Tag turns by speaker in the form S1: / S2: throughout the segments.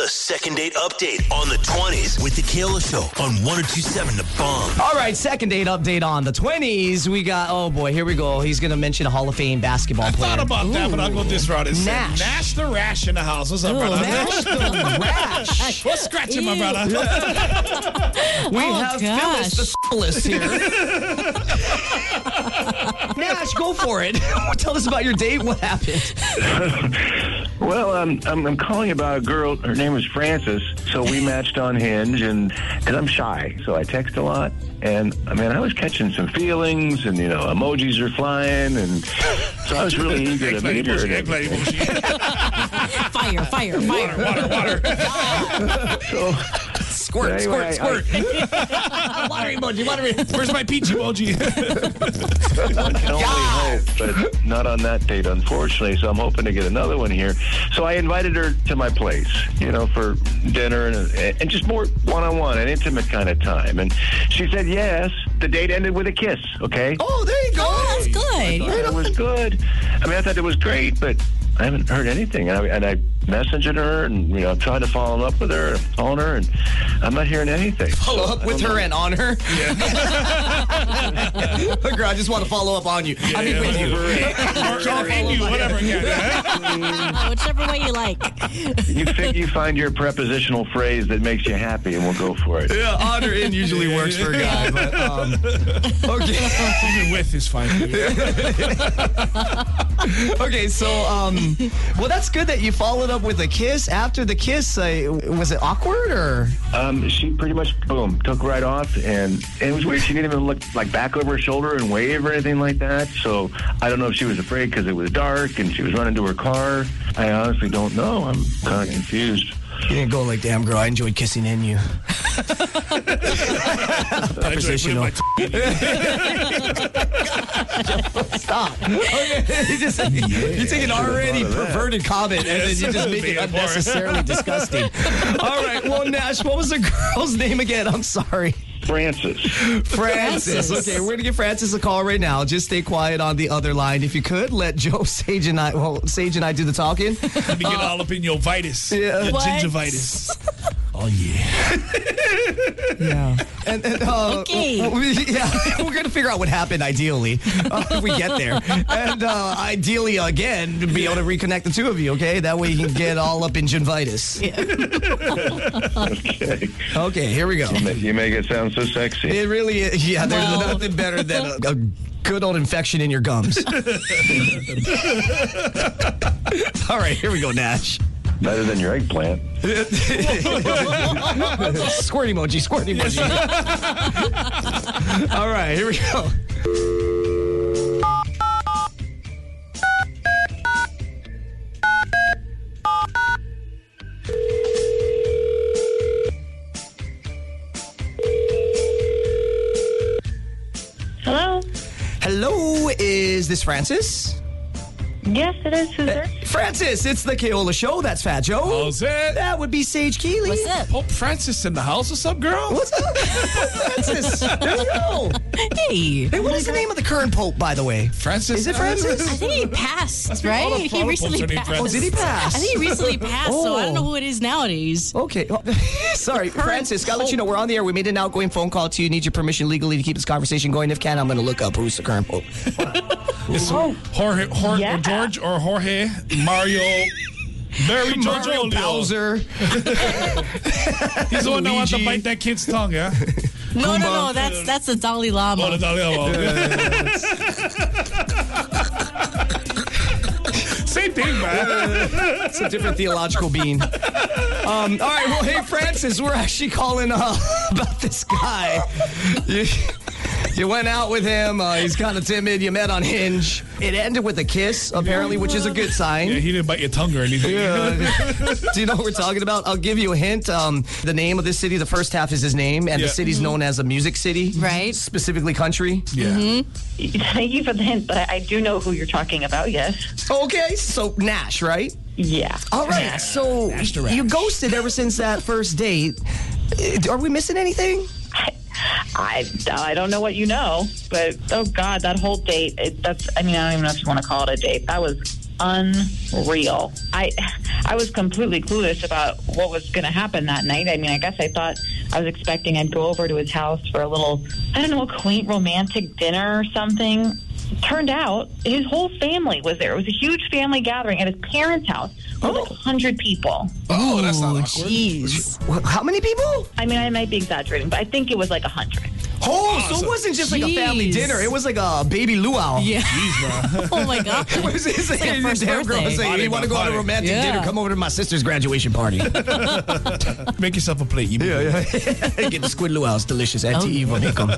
S1: The second date update on the 20s with the Kayla Show on 1027 The Bomb.
S2: All right, second date update on the 20s. We got, oh boy, here we go. He's going to mention a Hall of Fame basketball
S3: I
S2: player.
S3: thought about that, but I'll go this route. It said,
S2: Nash.
S3: Nash the Rash in the house. What's up, brother?
S2: Nash the Rash.
S3: What scratching, my brother?
S2: We
S4: Oh,
S2: have
S4: gosh.
S2: Phyllis the Phyllis here. Nash, go for it. Tell us about your date. What happened?
S5: Well, um, I'm, I'm calling about a girl. Her name was Frances. So we matched on Hinge, and because I'm shy, so I text a lot. And I mean, I was catching some feelings, and you know, emojis are flying, and so I was really eager to
S3: Egg lady
S5: meet her.
S3: bullshit,
S5: and
S3: egg lady
S5: everything.
S3: bullshit.
S4: Fire, fire, fire.
S3: Water, water.
S2: Squirt,
S5: Anyway,
S2: squirt, squirt. water emoji, water emoji.
S3: Where's my peach emoji?
S5: One can only hope, but not on that date, unfortunately. So I'm hoping to get another one here. So I invited her to my place, you know, for dinner and, and just more one-on-one, an intimate kind of time. And she said yes. The date ended with a kiss. Okay.
S2: Oh, there you go.
S4: Oh, that's good.
S5: thought it was good. I mean, I thought it was great, but I haven't heard anything. And I, and I messaged her, and you know, I tried to follow up with her, on her, and I'm not hearing anything.
S2: Follow up with her and on her. Girl, I just want to follow up on you. I mean, with you.
S3: Mark off and you, whatever. Yeah.
S4: Uh, Whichever way you like.
S5: You think you find your prepositional phrase that makes you happy, and we'll go for it.
S2: Yeah, on or in usually works for a guy, but um, okay.
S3: Even with is fine. dude.
S2: Okay, so um, well, that's good that you followed up with a kiss. After the kiss, uh, was it awkward or?
S5: Um, she pretty much boom took right off, and, and it was weird. She didn't even look like back over her shoulder and wave or anything like that. So I don't know if she was afraid because it was dark and she was running to her car. I honestly don't know. I'm kind of confused.
S2: You didn't go like, damn, girl, I enjoyed kissing in you.
S3: I enjoy putting my t-
S2: Stop. Okay, you just, you take an already perverted comment and then you just make it
S3: Made it more.
S2: unnecessarily disgusting. All right, well, Nash, what was the girl's name again? I'm sorry.
S5: Francis.
S2: Francis.
S4: Francis.
S2: Okay, we're gonna give Francis a call right now. Just stay quiet on the other line, if you could. Let Joe Sage and I, well, Sage and I do the talking.
S3: Let me get all up in your vitis.
S2: Oh. Yeah.
S3: Your
S4: What?
S3: gingivitis. Oh, yeah.
S2: Yeah. And, and uh,
S4: Okay.
S2: we- yeah, we're gonna figure out what happened. Ideally, uh, if we get there, and uh, ideally again, to be able to reconnect the two of you. Okay, that way you can get all up in gingivitis.
S5: Okay.
S2: Okay, here we go.
S5: You make it sound so sexy.
S2: It really is. Yeah, there's
S4: Well.
S2: nothing better than a, a good old infection in your gums. all right, here we go, Nash.
S5: Better than your eggplant.
S2: squirt emoji, squirt emoji. All right, here we go.
S6: Hello.
S2: Hello, is this Francis? Uh,
S6: Yes, it is. Who's this?
S2: Francis, it's the Keola Show. That's Fat Joe.
S3: How's it?
S2: That would be Sage Keeley.
S4: What's up?
S3: Pope Francis in the house. What's up, girl?
S2: What's up, Francis? There you go.
S4: Hey.
S2: Hey, what is the name of the current pope, by the way?
S3: Francis?
S2: Is it Francis?
S4: I think he passed,
S3: been all
S4: right?
S3: the
S4: He
S3: follow-ups
S4: recently
S3: on the
S4: passed.
S3: internet.
S2: Oh, did he pass?
S4: I think he recently passed, so I don't know who it is nowadays.
S2: Okay. Well, sorry, Francis. Gotta let you know we're on the air. We made an outgoing phone call to you. Need your permission legally to keep this conversation going. If can, I'm going to look up who's the current pope.
S3: It's Jorge, Jorge,
S6: Yeah.
S3: George or Jorge Mario. Very Giorgio
S2: Mario Bowser.
S3: He's the one that wants to
S2: Luigi.
S3: bite that kid's tongue, yeah?
S4: No, no, no. That's that's the Dalai Lama.
S3: Oh, the Dalai Lama. Same thing, man.
S2: It's a different theological being. Um, all right. Well, hey, Francis, we're actually calling uh, about this guy. You, you went out with him. Uh, he's kind of timid. You met on Hinge. It ended with a kiss, apparently, which is a good sign.
S3: Yeah, he didn't bite your tongue or anything.
S2: Yeah. Do you know what we're talking about? I'll give you a hint. Um, the name of this city, the first half is his name, and the
S3: Yeah. Mm-hmm.
S2: city's known as a music city,
S4: Right.
S2: Specifically, country.
S3: Yeah.
S2: Mm-hmm.
S6: Thank you for the hint, but I do know who you're talking about. Yes.
S2: Okay, so Nash, right?
S6: Yeah.
S2: All right. So you ghosted ever since that first date. Uh, Are we missing anything?
S6: I I don't know what you know, but oh god, that whole date. It, that's I mean I don't even know if you want to call it a date. That was unreal. I I was completely clueless about what was going to happen that night. I mean, I guess I thought I was expecting I'd go over to his house for a little, I don't know, quaint romantic dinner or something. Turned out his whole family was there. It was a huge family gathering at his parents' house. It was like 100 people.
S3: Oh, that's not awkward.
S4: Jeez.
S2: Wh- How many people?
S6: I mean, I might be exaggerating, but I think it was like 100.
S2: Oh, so it wasn't just like a family
S4: Jeez.
S2: dinner. It was like a baby luau.
S4: Yeah. oh my god.
S2: It was his
S4: like a first
S2: damn girl
S4: birthday.
S2: saying,
S3: Party,
S2: you want to go on
S3: party.
S2: a romantic
S4: Yeah.
S2: dinner? Come over to my sister's graduation party. yeah,
S3: Make yourself a plate. You yeah,
S2: Get the squid luau. It's delicious. At T.E. Vomicum.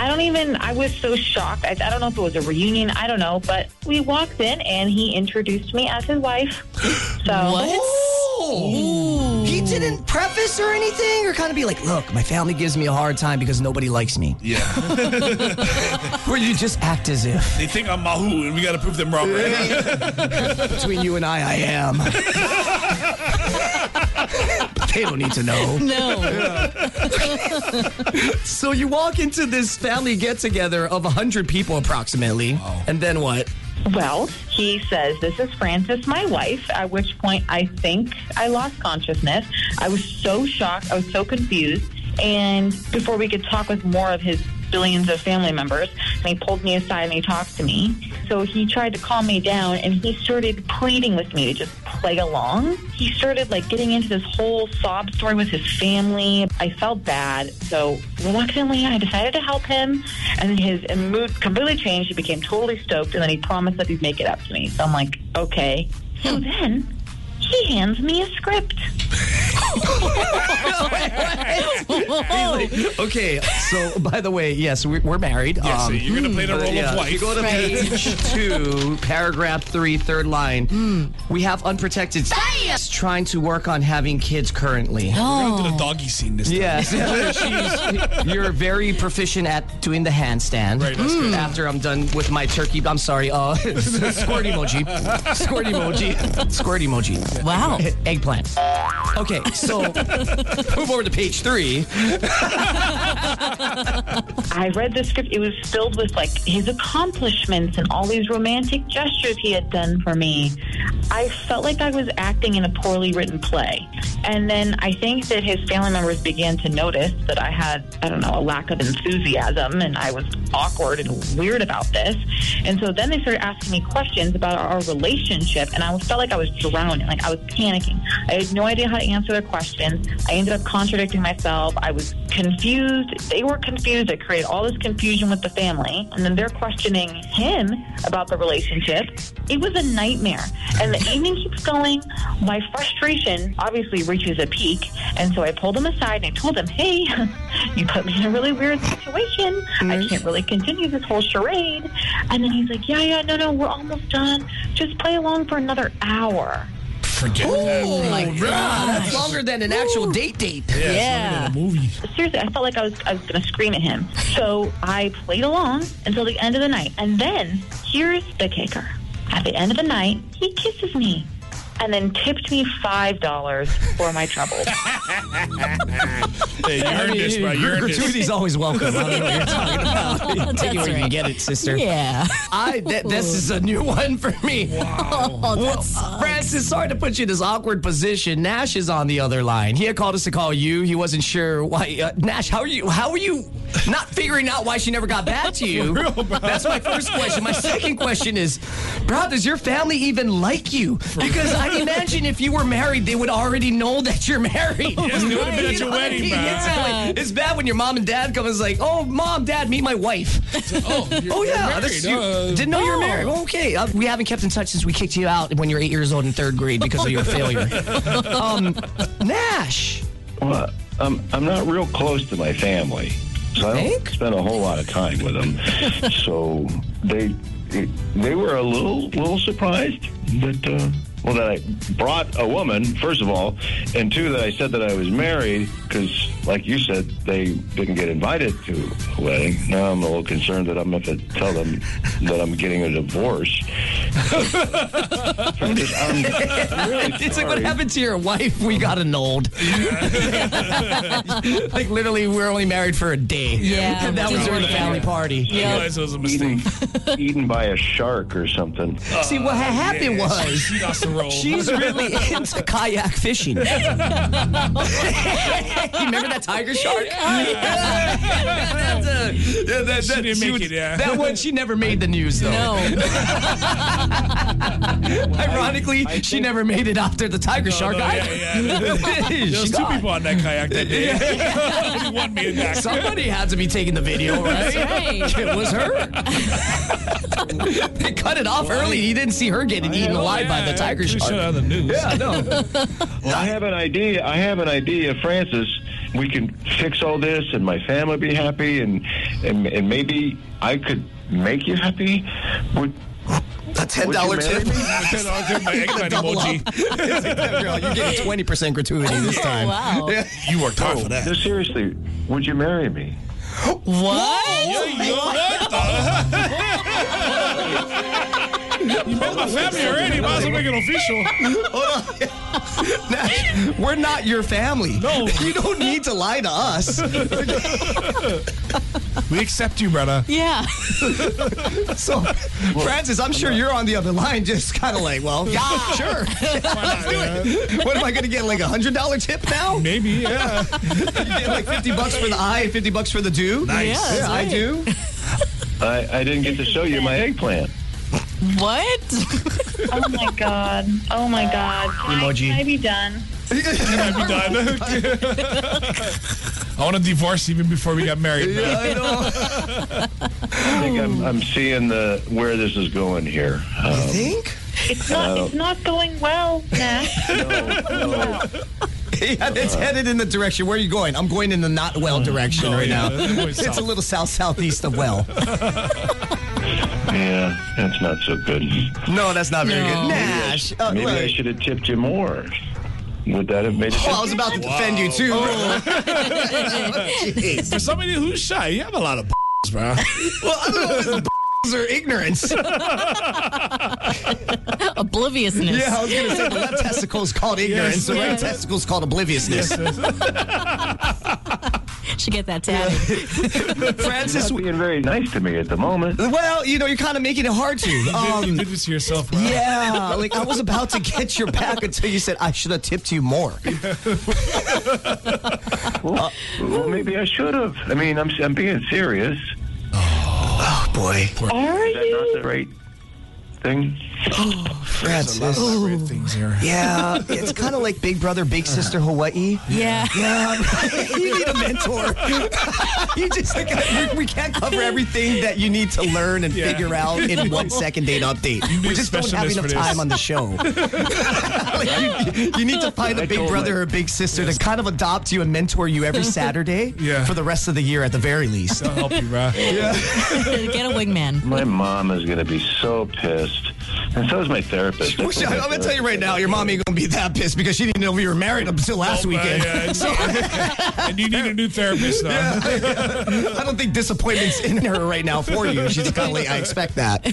S6: I don't even, I was so shocked. I, I don't know if it was a reunion. I don't know. But we walked in and he introduced me as his wife. So
S2: Oh! He didn't preface or anything or kind of be like, look, my family gives me a hard time because nobody likes me.
S3: yeah.
S2: Or you just act as if.
S3: they think I'm Mahu, and we got to prove them wrong. Right?
S2: Between you and I, I am. they don't need to know.
S4: No.
S2: So you walk into this family get together of 100 people approximately. And then what?
S6: Well, he says, This is Frances, my wife, at which point I think I lost consciousness. I was so shocked. I was so confused. And before we could talk with more of his billions of family members, and he pulled me aside and he talked to me. So he tried to calm me down and he started pleading with me to just play along. He started like getting into this whole sob story with his family. I felt bad. So reluctantly, I decided to help him. And his mood completely changed. He became totally stoked. And then he promised that he'd make it up to me. So I'm like, okay. So then he hands me a script.
S2: Okay, so by the way, yes, we- we're married.
S3: Yeah, so
S2: Um,
S3: you're gonna play the
S2: but
S3: role
S2: yeah,
S3: of
S2: if you
S3: wife.
S2: go to page two, paragraph three, third line.
S3: Hmm.
S2: We have unprotected s- trying to work on having kids currently.
S3: We're gonna do the doggy scene this
S2: Oh.
S3: time.
S2: Yes, she's, you're very proficient at doing the handstand. Hmm.
S3: Right, that's good.
S2: After I'm done with my turkey, I'm sorry, uh, squirt emoji, squirt emoji, squirt emoji.
S4: Wow.
S2: Eggplant. Okay, so move over to page three.
S6: I read the script. It was filled with like his accomplishments and all these romantic gestures he had done for me. I felt like I was acting in a poorly written play. And then I think that his family members began to notice that I had, I don't know, a lack of enthusiasm and I was awkward and weird about this. And so then they started asking me questions about our, our relationship and I felt like I was drowning, like I was panicking. I had no idea how to answer their questions. I ended up contradicting myself. I was confused. They were confused. I created all this confusion with the family. And then they're questioning him about the relationship. It was a nightmare. And the evening keeps going. My frustration obviously reaches a peak. And so I pulled him aside and I told him, hey, you put me in a really weird situation. I can't really continue this whole charade. And then he's like, yeah, yeah, no, no, we're almost done. Just play along for another hour.
S3: Forget that. Oh my
S2: That's longer than an actual date date.
S4: Yeah.
S3: Movie.
S6: seriously, I felt like I was I was gonna scream at him. So I played along until the end of the night, and then here's the kicker: at the end of the night, he kisses me, and then tipped me five dollars for my troubles.
S3: Hey, you earned this, right? You earned this.
S2: Gratuity's always welcome. I don't know what you're talking about. You Take
S4: That's
S2: it where you
S4: right.
S2: can get it, sister.
S4: Yeah.
S2: I th- this is a new one for me.
S4: Oh, that's
S2: Francis, sorry to put you in this awkward position. Nash is on the other line. He had called us to call you. He wasn't sure why. Uh, Nash, how are you? How are you? Not figuring out why she never got back to you. That's my first question. My second question is, bro, does your family even like you? Because I imagine if you were married, they would already know that you're married.
S3: Yes, they would have been at
S2: You
S3: your
S2: know what I
S3: wedding,
S2: mean?
S3: man.
S2: It's, like- it's bad when your mom and dad come and is like, oh, mom, dad, meet my wife.
S3: Oh, you're-
S2: Oh
S3: you're
S2: yeah,
S3: married, Uh,
S2: that's- you
S3: huh?
S2: didn't know you were married. Okay, uh, we haven't kept in touch since we kicked you out when you were eight years old in third grade because of your failure. Um, Nash.
S5: Well, I'm, I'm not real close to my family, so I don't
S2: Think?
S5: spend a whole lot of time with them. so they they were a little little surprised that uh, well that I brought a woman first of all, and two that I said that I was married because like you said, they didn't get invited to a wedding. Now I'm a little concerned that I'm going to have to tell them that I'm getting a divorce. I'm just- I'm really
S2: It's like what
S5: sorry.
S2: happened to your wife? We got annulled. like literally, we were only married for a day.
S4: Yeah.
S2: and that was during the family party.
S3: I realized it was a mistake.
S5: eaten by a shark or something.
S2: See what had happened
S3: Yeah, she-
S2: was
S3: she lost the role.
S2: she's really into kayak fishing. you remember that tiger shark? That's a- yeah, that- that-
S3: She didn't
S2: she
S3: make
S2: was-
S3: it, yeah.
S2: That one she never made the news though.
S4: No.
S2: Ironically, she never made it after the tiger shark.
S3: no,
S2: either.
S3: yeah, yeah.
S2: She
S3: There was two
S2: got-
S3: people on that kayak that day. Only one made it back.
S2: Somebody had to be taking the video, right?
S4: That's right.
S2: It was her. they cut it off early. He didn't see her getting eaten
S3: Oh,
S2: alive by
S3: yeah,
S2: the tiger
S3: pretty sure
S2: shark.
S3: on the news.
S2: Yeah, no.
S5: Well, I have an idea. I have an idea, Francis. We can fix all this, and my family be happy, and and, and maybe I could make you happy. Would,
S2: A ten dollar
S5: Would you
S2: tip.
S5: marry
S3: Then I'll give my eggplant
S2: double
S3: emoji.
S2: Girl, you're getting twenty percent gratuity this time.
S4: wow.
S3: You worked hard for that.
S5: no, seriously, would you marry me?
S4: What?
S3: You met my family already. Might as well make it official.
S2: Nah, We're not your family.
S3: No.
S2: You don't need to lie to us.
S3: We accept you, brother.
S4: Yeah.
S2: So, Francis, I'm sure you're on the other line, just kind of like, well, yeah, sure. What am I going to get? Like a hundred dollar tip now? You
S3: Maybe, yeah.
S2: get like fifty bucks for the I, fifty bucks for the do.
S4: Nice. Yeah,
S2: Yeah, I
S4: right.
S2: do.
S5: I, I didn't get to show you my eggplant.
S4: What?
S6: Oh my god. Oh my god. Can I-
S2: Emoji.
S6: can I be done?
S3: Might be done. I want to divorce even before we got married.
S2: Yeah, I know.
S5: I think I'm, I'm seeing the where this is going here. Um,
S2: Think?
S6: It's not. It's not going well, Matt.
S2: Yeah, it's headed in the direction. Where are you going? I'm going in the not well direction right
S3: yeah, that
S2: now.
S3: boy's
S2: It's
S3: south.
S2: a little south southeast of well.
S5: yeah, that's not so good.
S2: No, that's not very
S4: No.
S2: good. Nah. sh- uh,
S5: Maybe I
S2: well,
S5: should have tipped you more. Would that have made? a
S2: well, I
S5: difference?
S2: was about to defend you too. Jeez.
S3: For somebody who's shy, you have a lot of bro.
S2: Well, I don't know if it's or ignorance.
S4: Obliviousness.
S2: Yeah, I was going to say the left testicle is called ignorance, the right
S3: yes.
S2: testicle is called obliviousness.
S4: Should get that tattoo.
S2: Francis,
S5: being very nice to me at the moment.
S2: well, you know, you're kind of making it hard to.
S3: you
S2: Um,
S3: did this to yourself, bro.
S2: yeah, like I was about to get your back until you said I should have tipped you more.
S5: Well, maybe I should have. I mean, I'm I'm being serious.
S2: Oh boy,
S6: Are
S5: Is that not
S6: you?
S5: the right thing?
S2: Francis.
S3: Great things here.
S2: Yeah, it's kind of like Big Brother, Big Sister Hawaii.
S4: Yeah.
S2: Yeah, you need a mentor. you just like, we, we can't cover everything that you need to learn and
S3: Yeah.
S2: figure out in one second date update.
S3: need
S2: We
S3: a
S2: just don't have
S3: specialist
S2: enough
S3: for this.
S2: time on the show. Like, you, you need to find a
S5: I
S2: Big
S5: told
S2: Brother
S5: my-
S2: or Big Sister to kind of adopt you and mentor you every Saturday
S3: Yeah.
S2: for the rest of the year at the very least.
S3: I'll help you, bro.
S4: get a wingman.
S5: My mom is going to be so pissed, and so is my therapist.
S2: Well, shit, I'm gonna tell you right now, your mom ain't gonna be that pissed because she didn't know we were married until last weekend.
S3: and you need a new therapist, though.
S2: I don't think disappointment's in her right now for you. She's kind of like, I expect that.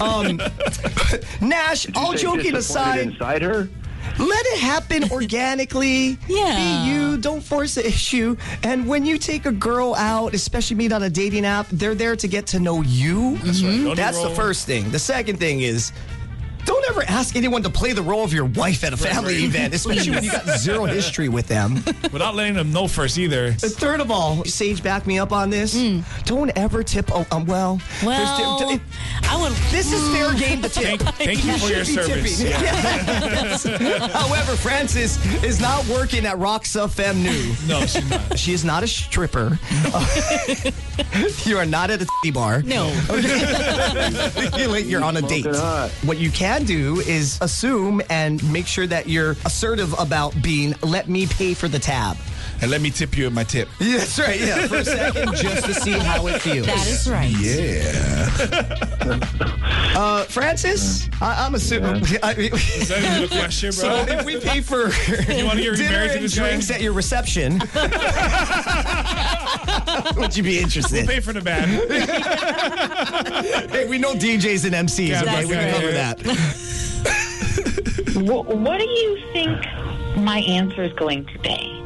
S2: Um, Nash, all
S5: Say
S2: joking aside,
S5: disappointed inside her.
S2: let it happen organically. Be
S4: Yeah.
S2: you, don't force the issue. And when you take a girl out, especially meet on a dating app, they're there to get to know you. Mm-hmm. That's,
S3: right. Don't
S2: the
S3: enroll.
S2: first thing. The second thing is, don't ever ask anyone to play the role of your wife at a family
S3: right.
S2: event, especially when you got zero history with them.
S3: Without letting them know first either.
S2: And Third of all, Sage, back me up on this.
S3: Hmm.
S2: Don't ever tip. Oh, um, well, there's-
S4: Well,
S2: it-
S4: I would.
S2: this is fair game to tip.
S3: Thank, thank you for your
S2: Should be
S3: service.
S2: tipping. Yes. However, Francis is not working at Rocks FM New.
S3: No, she's not.
S2: She is not a stripper. you are not at a titty bar.
S4: No.
S2: You're like- you're on a date.
S5: Smoking hot.
S2: What you can do is assume and make sure that you're assertive about being, let me pay for the tab.
S3: and let me tip you my tip.
S2: Yeah, that's right. Yeah, for a second, just to see how it feels.
S4: That is right.
S2: Uh, Francis, I, I'm assuming. I mean,
S3: Is that even a question,
S2: so
S3: bro?
S2: if we pay for
S3: wanna get
S2: dinner
S3: married to
S2: and
S3: this guy?
S2: drinks at your reception, would you be interested?
S3: Pay for the band.
S2: Hey, we know DJs and MCs.
S3: Yeah,
S2: okay,
S4: that's
S2: we can
S4: right.
S2: cover that.
S6: Wh- what do you think my answer is going to be?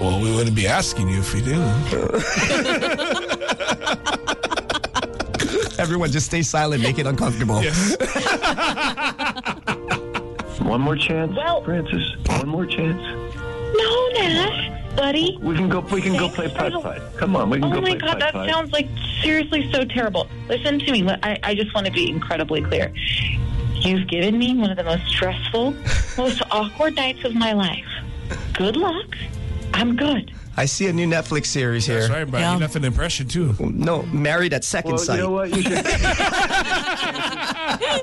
S3: well, we wouldn't be asking you if we didn't.
S2: Everyone, just stay silent. Make it uncomfortable.
S3: Yes.
S5: One more chance,
S6: Well-
S5: Francis. One more chance.
S6: No, Nash, buddy.
S5: We can go. We can go play
S6: Thanks for
S5: putt
S6: the-
S5: putt. Come on, we can
S6: Oh
S5: go
S6: my
S5: play
S6: God,
S5: putt
S6: that
S5: putt.
S6: sounds like seriously so terrible. Listen to me. li- I, I just want to be incredibly clear. You've given me one of the most stressful, most awkward nights of my life. Good luck. I'm good.
S2: I see a new Netflix series here.
S3: That's right, bro.
S4: Yeah.
S3: You left an impression too.
S2: No, married at second
S5: well,
S2: sight.
S5: you know what? You should.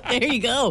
S4: There you go.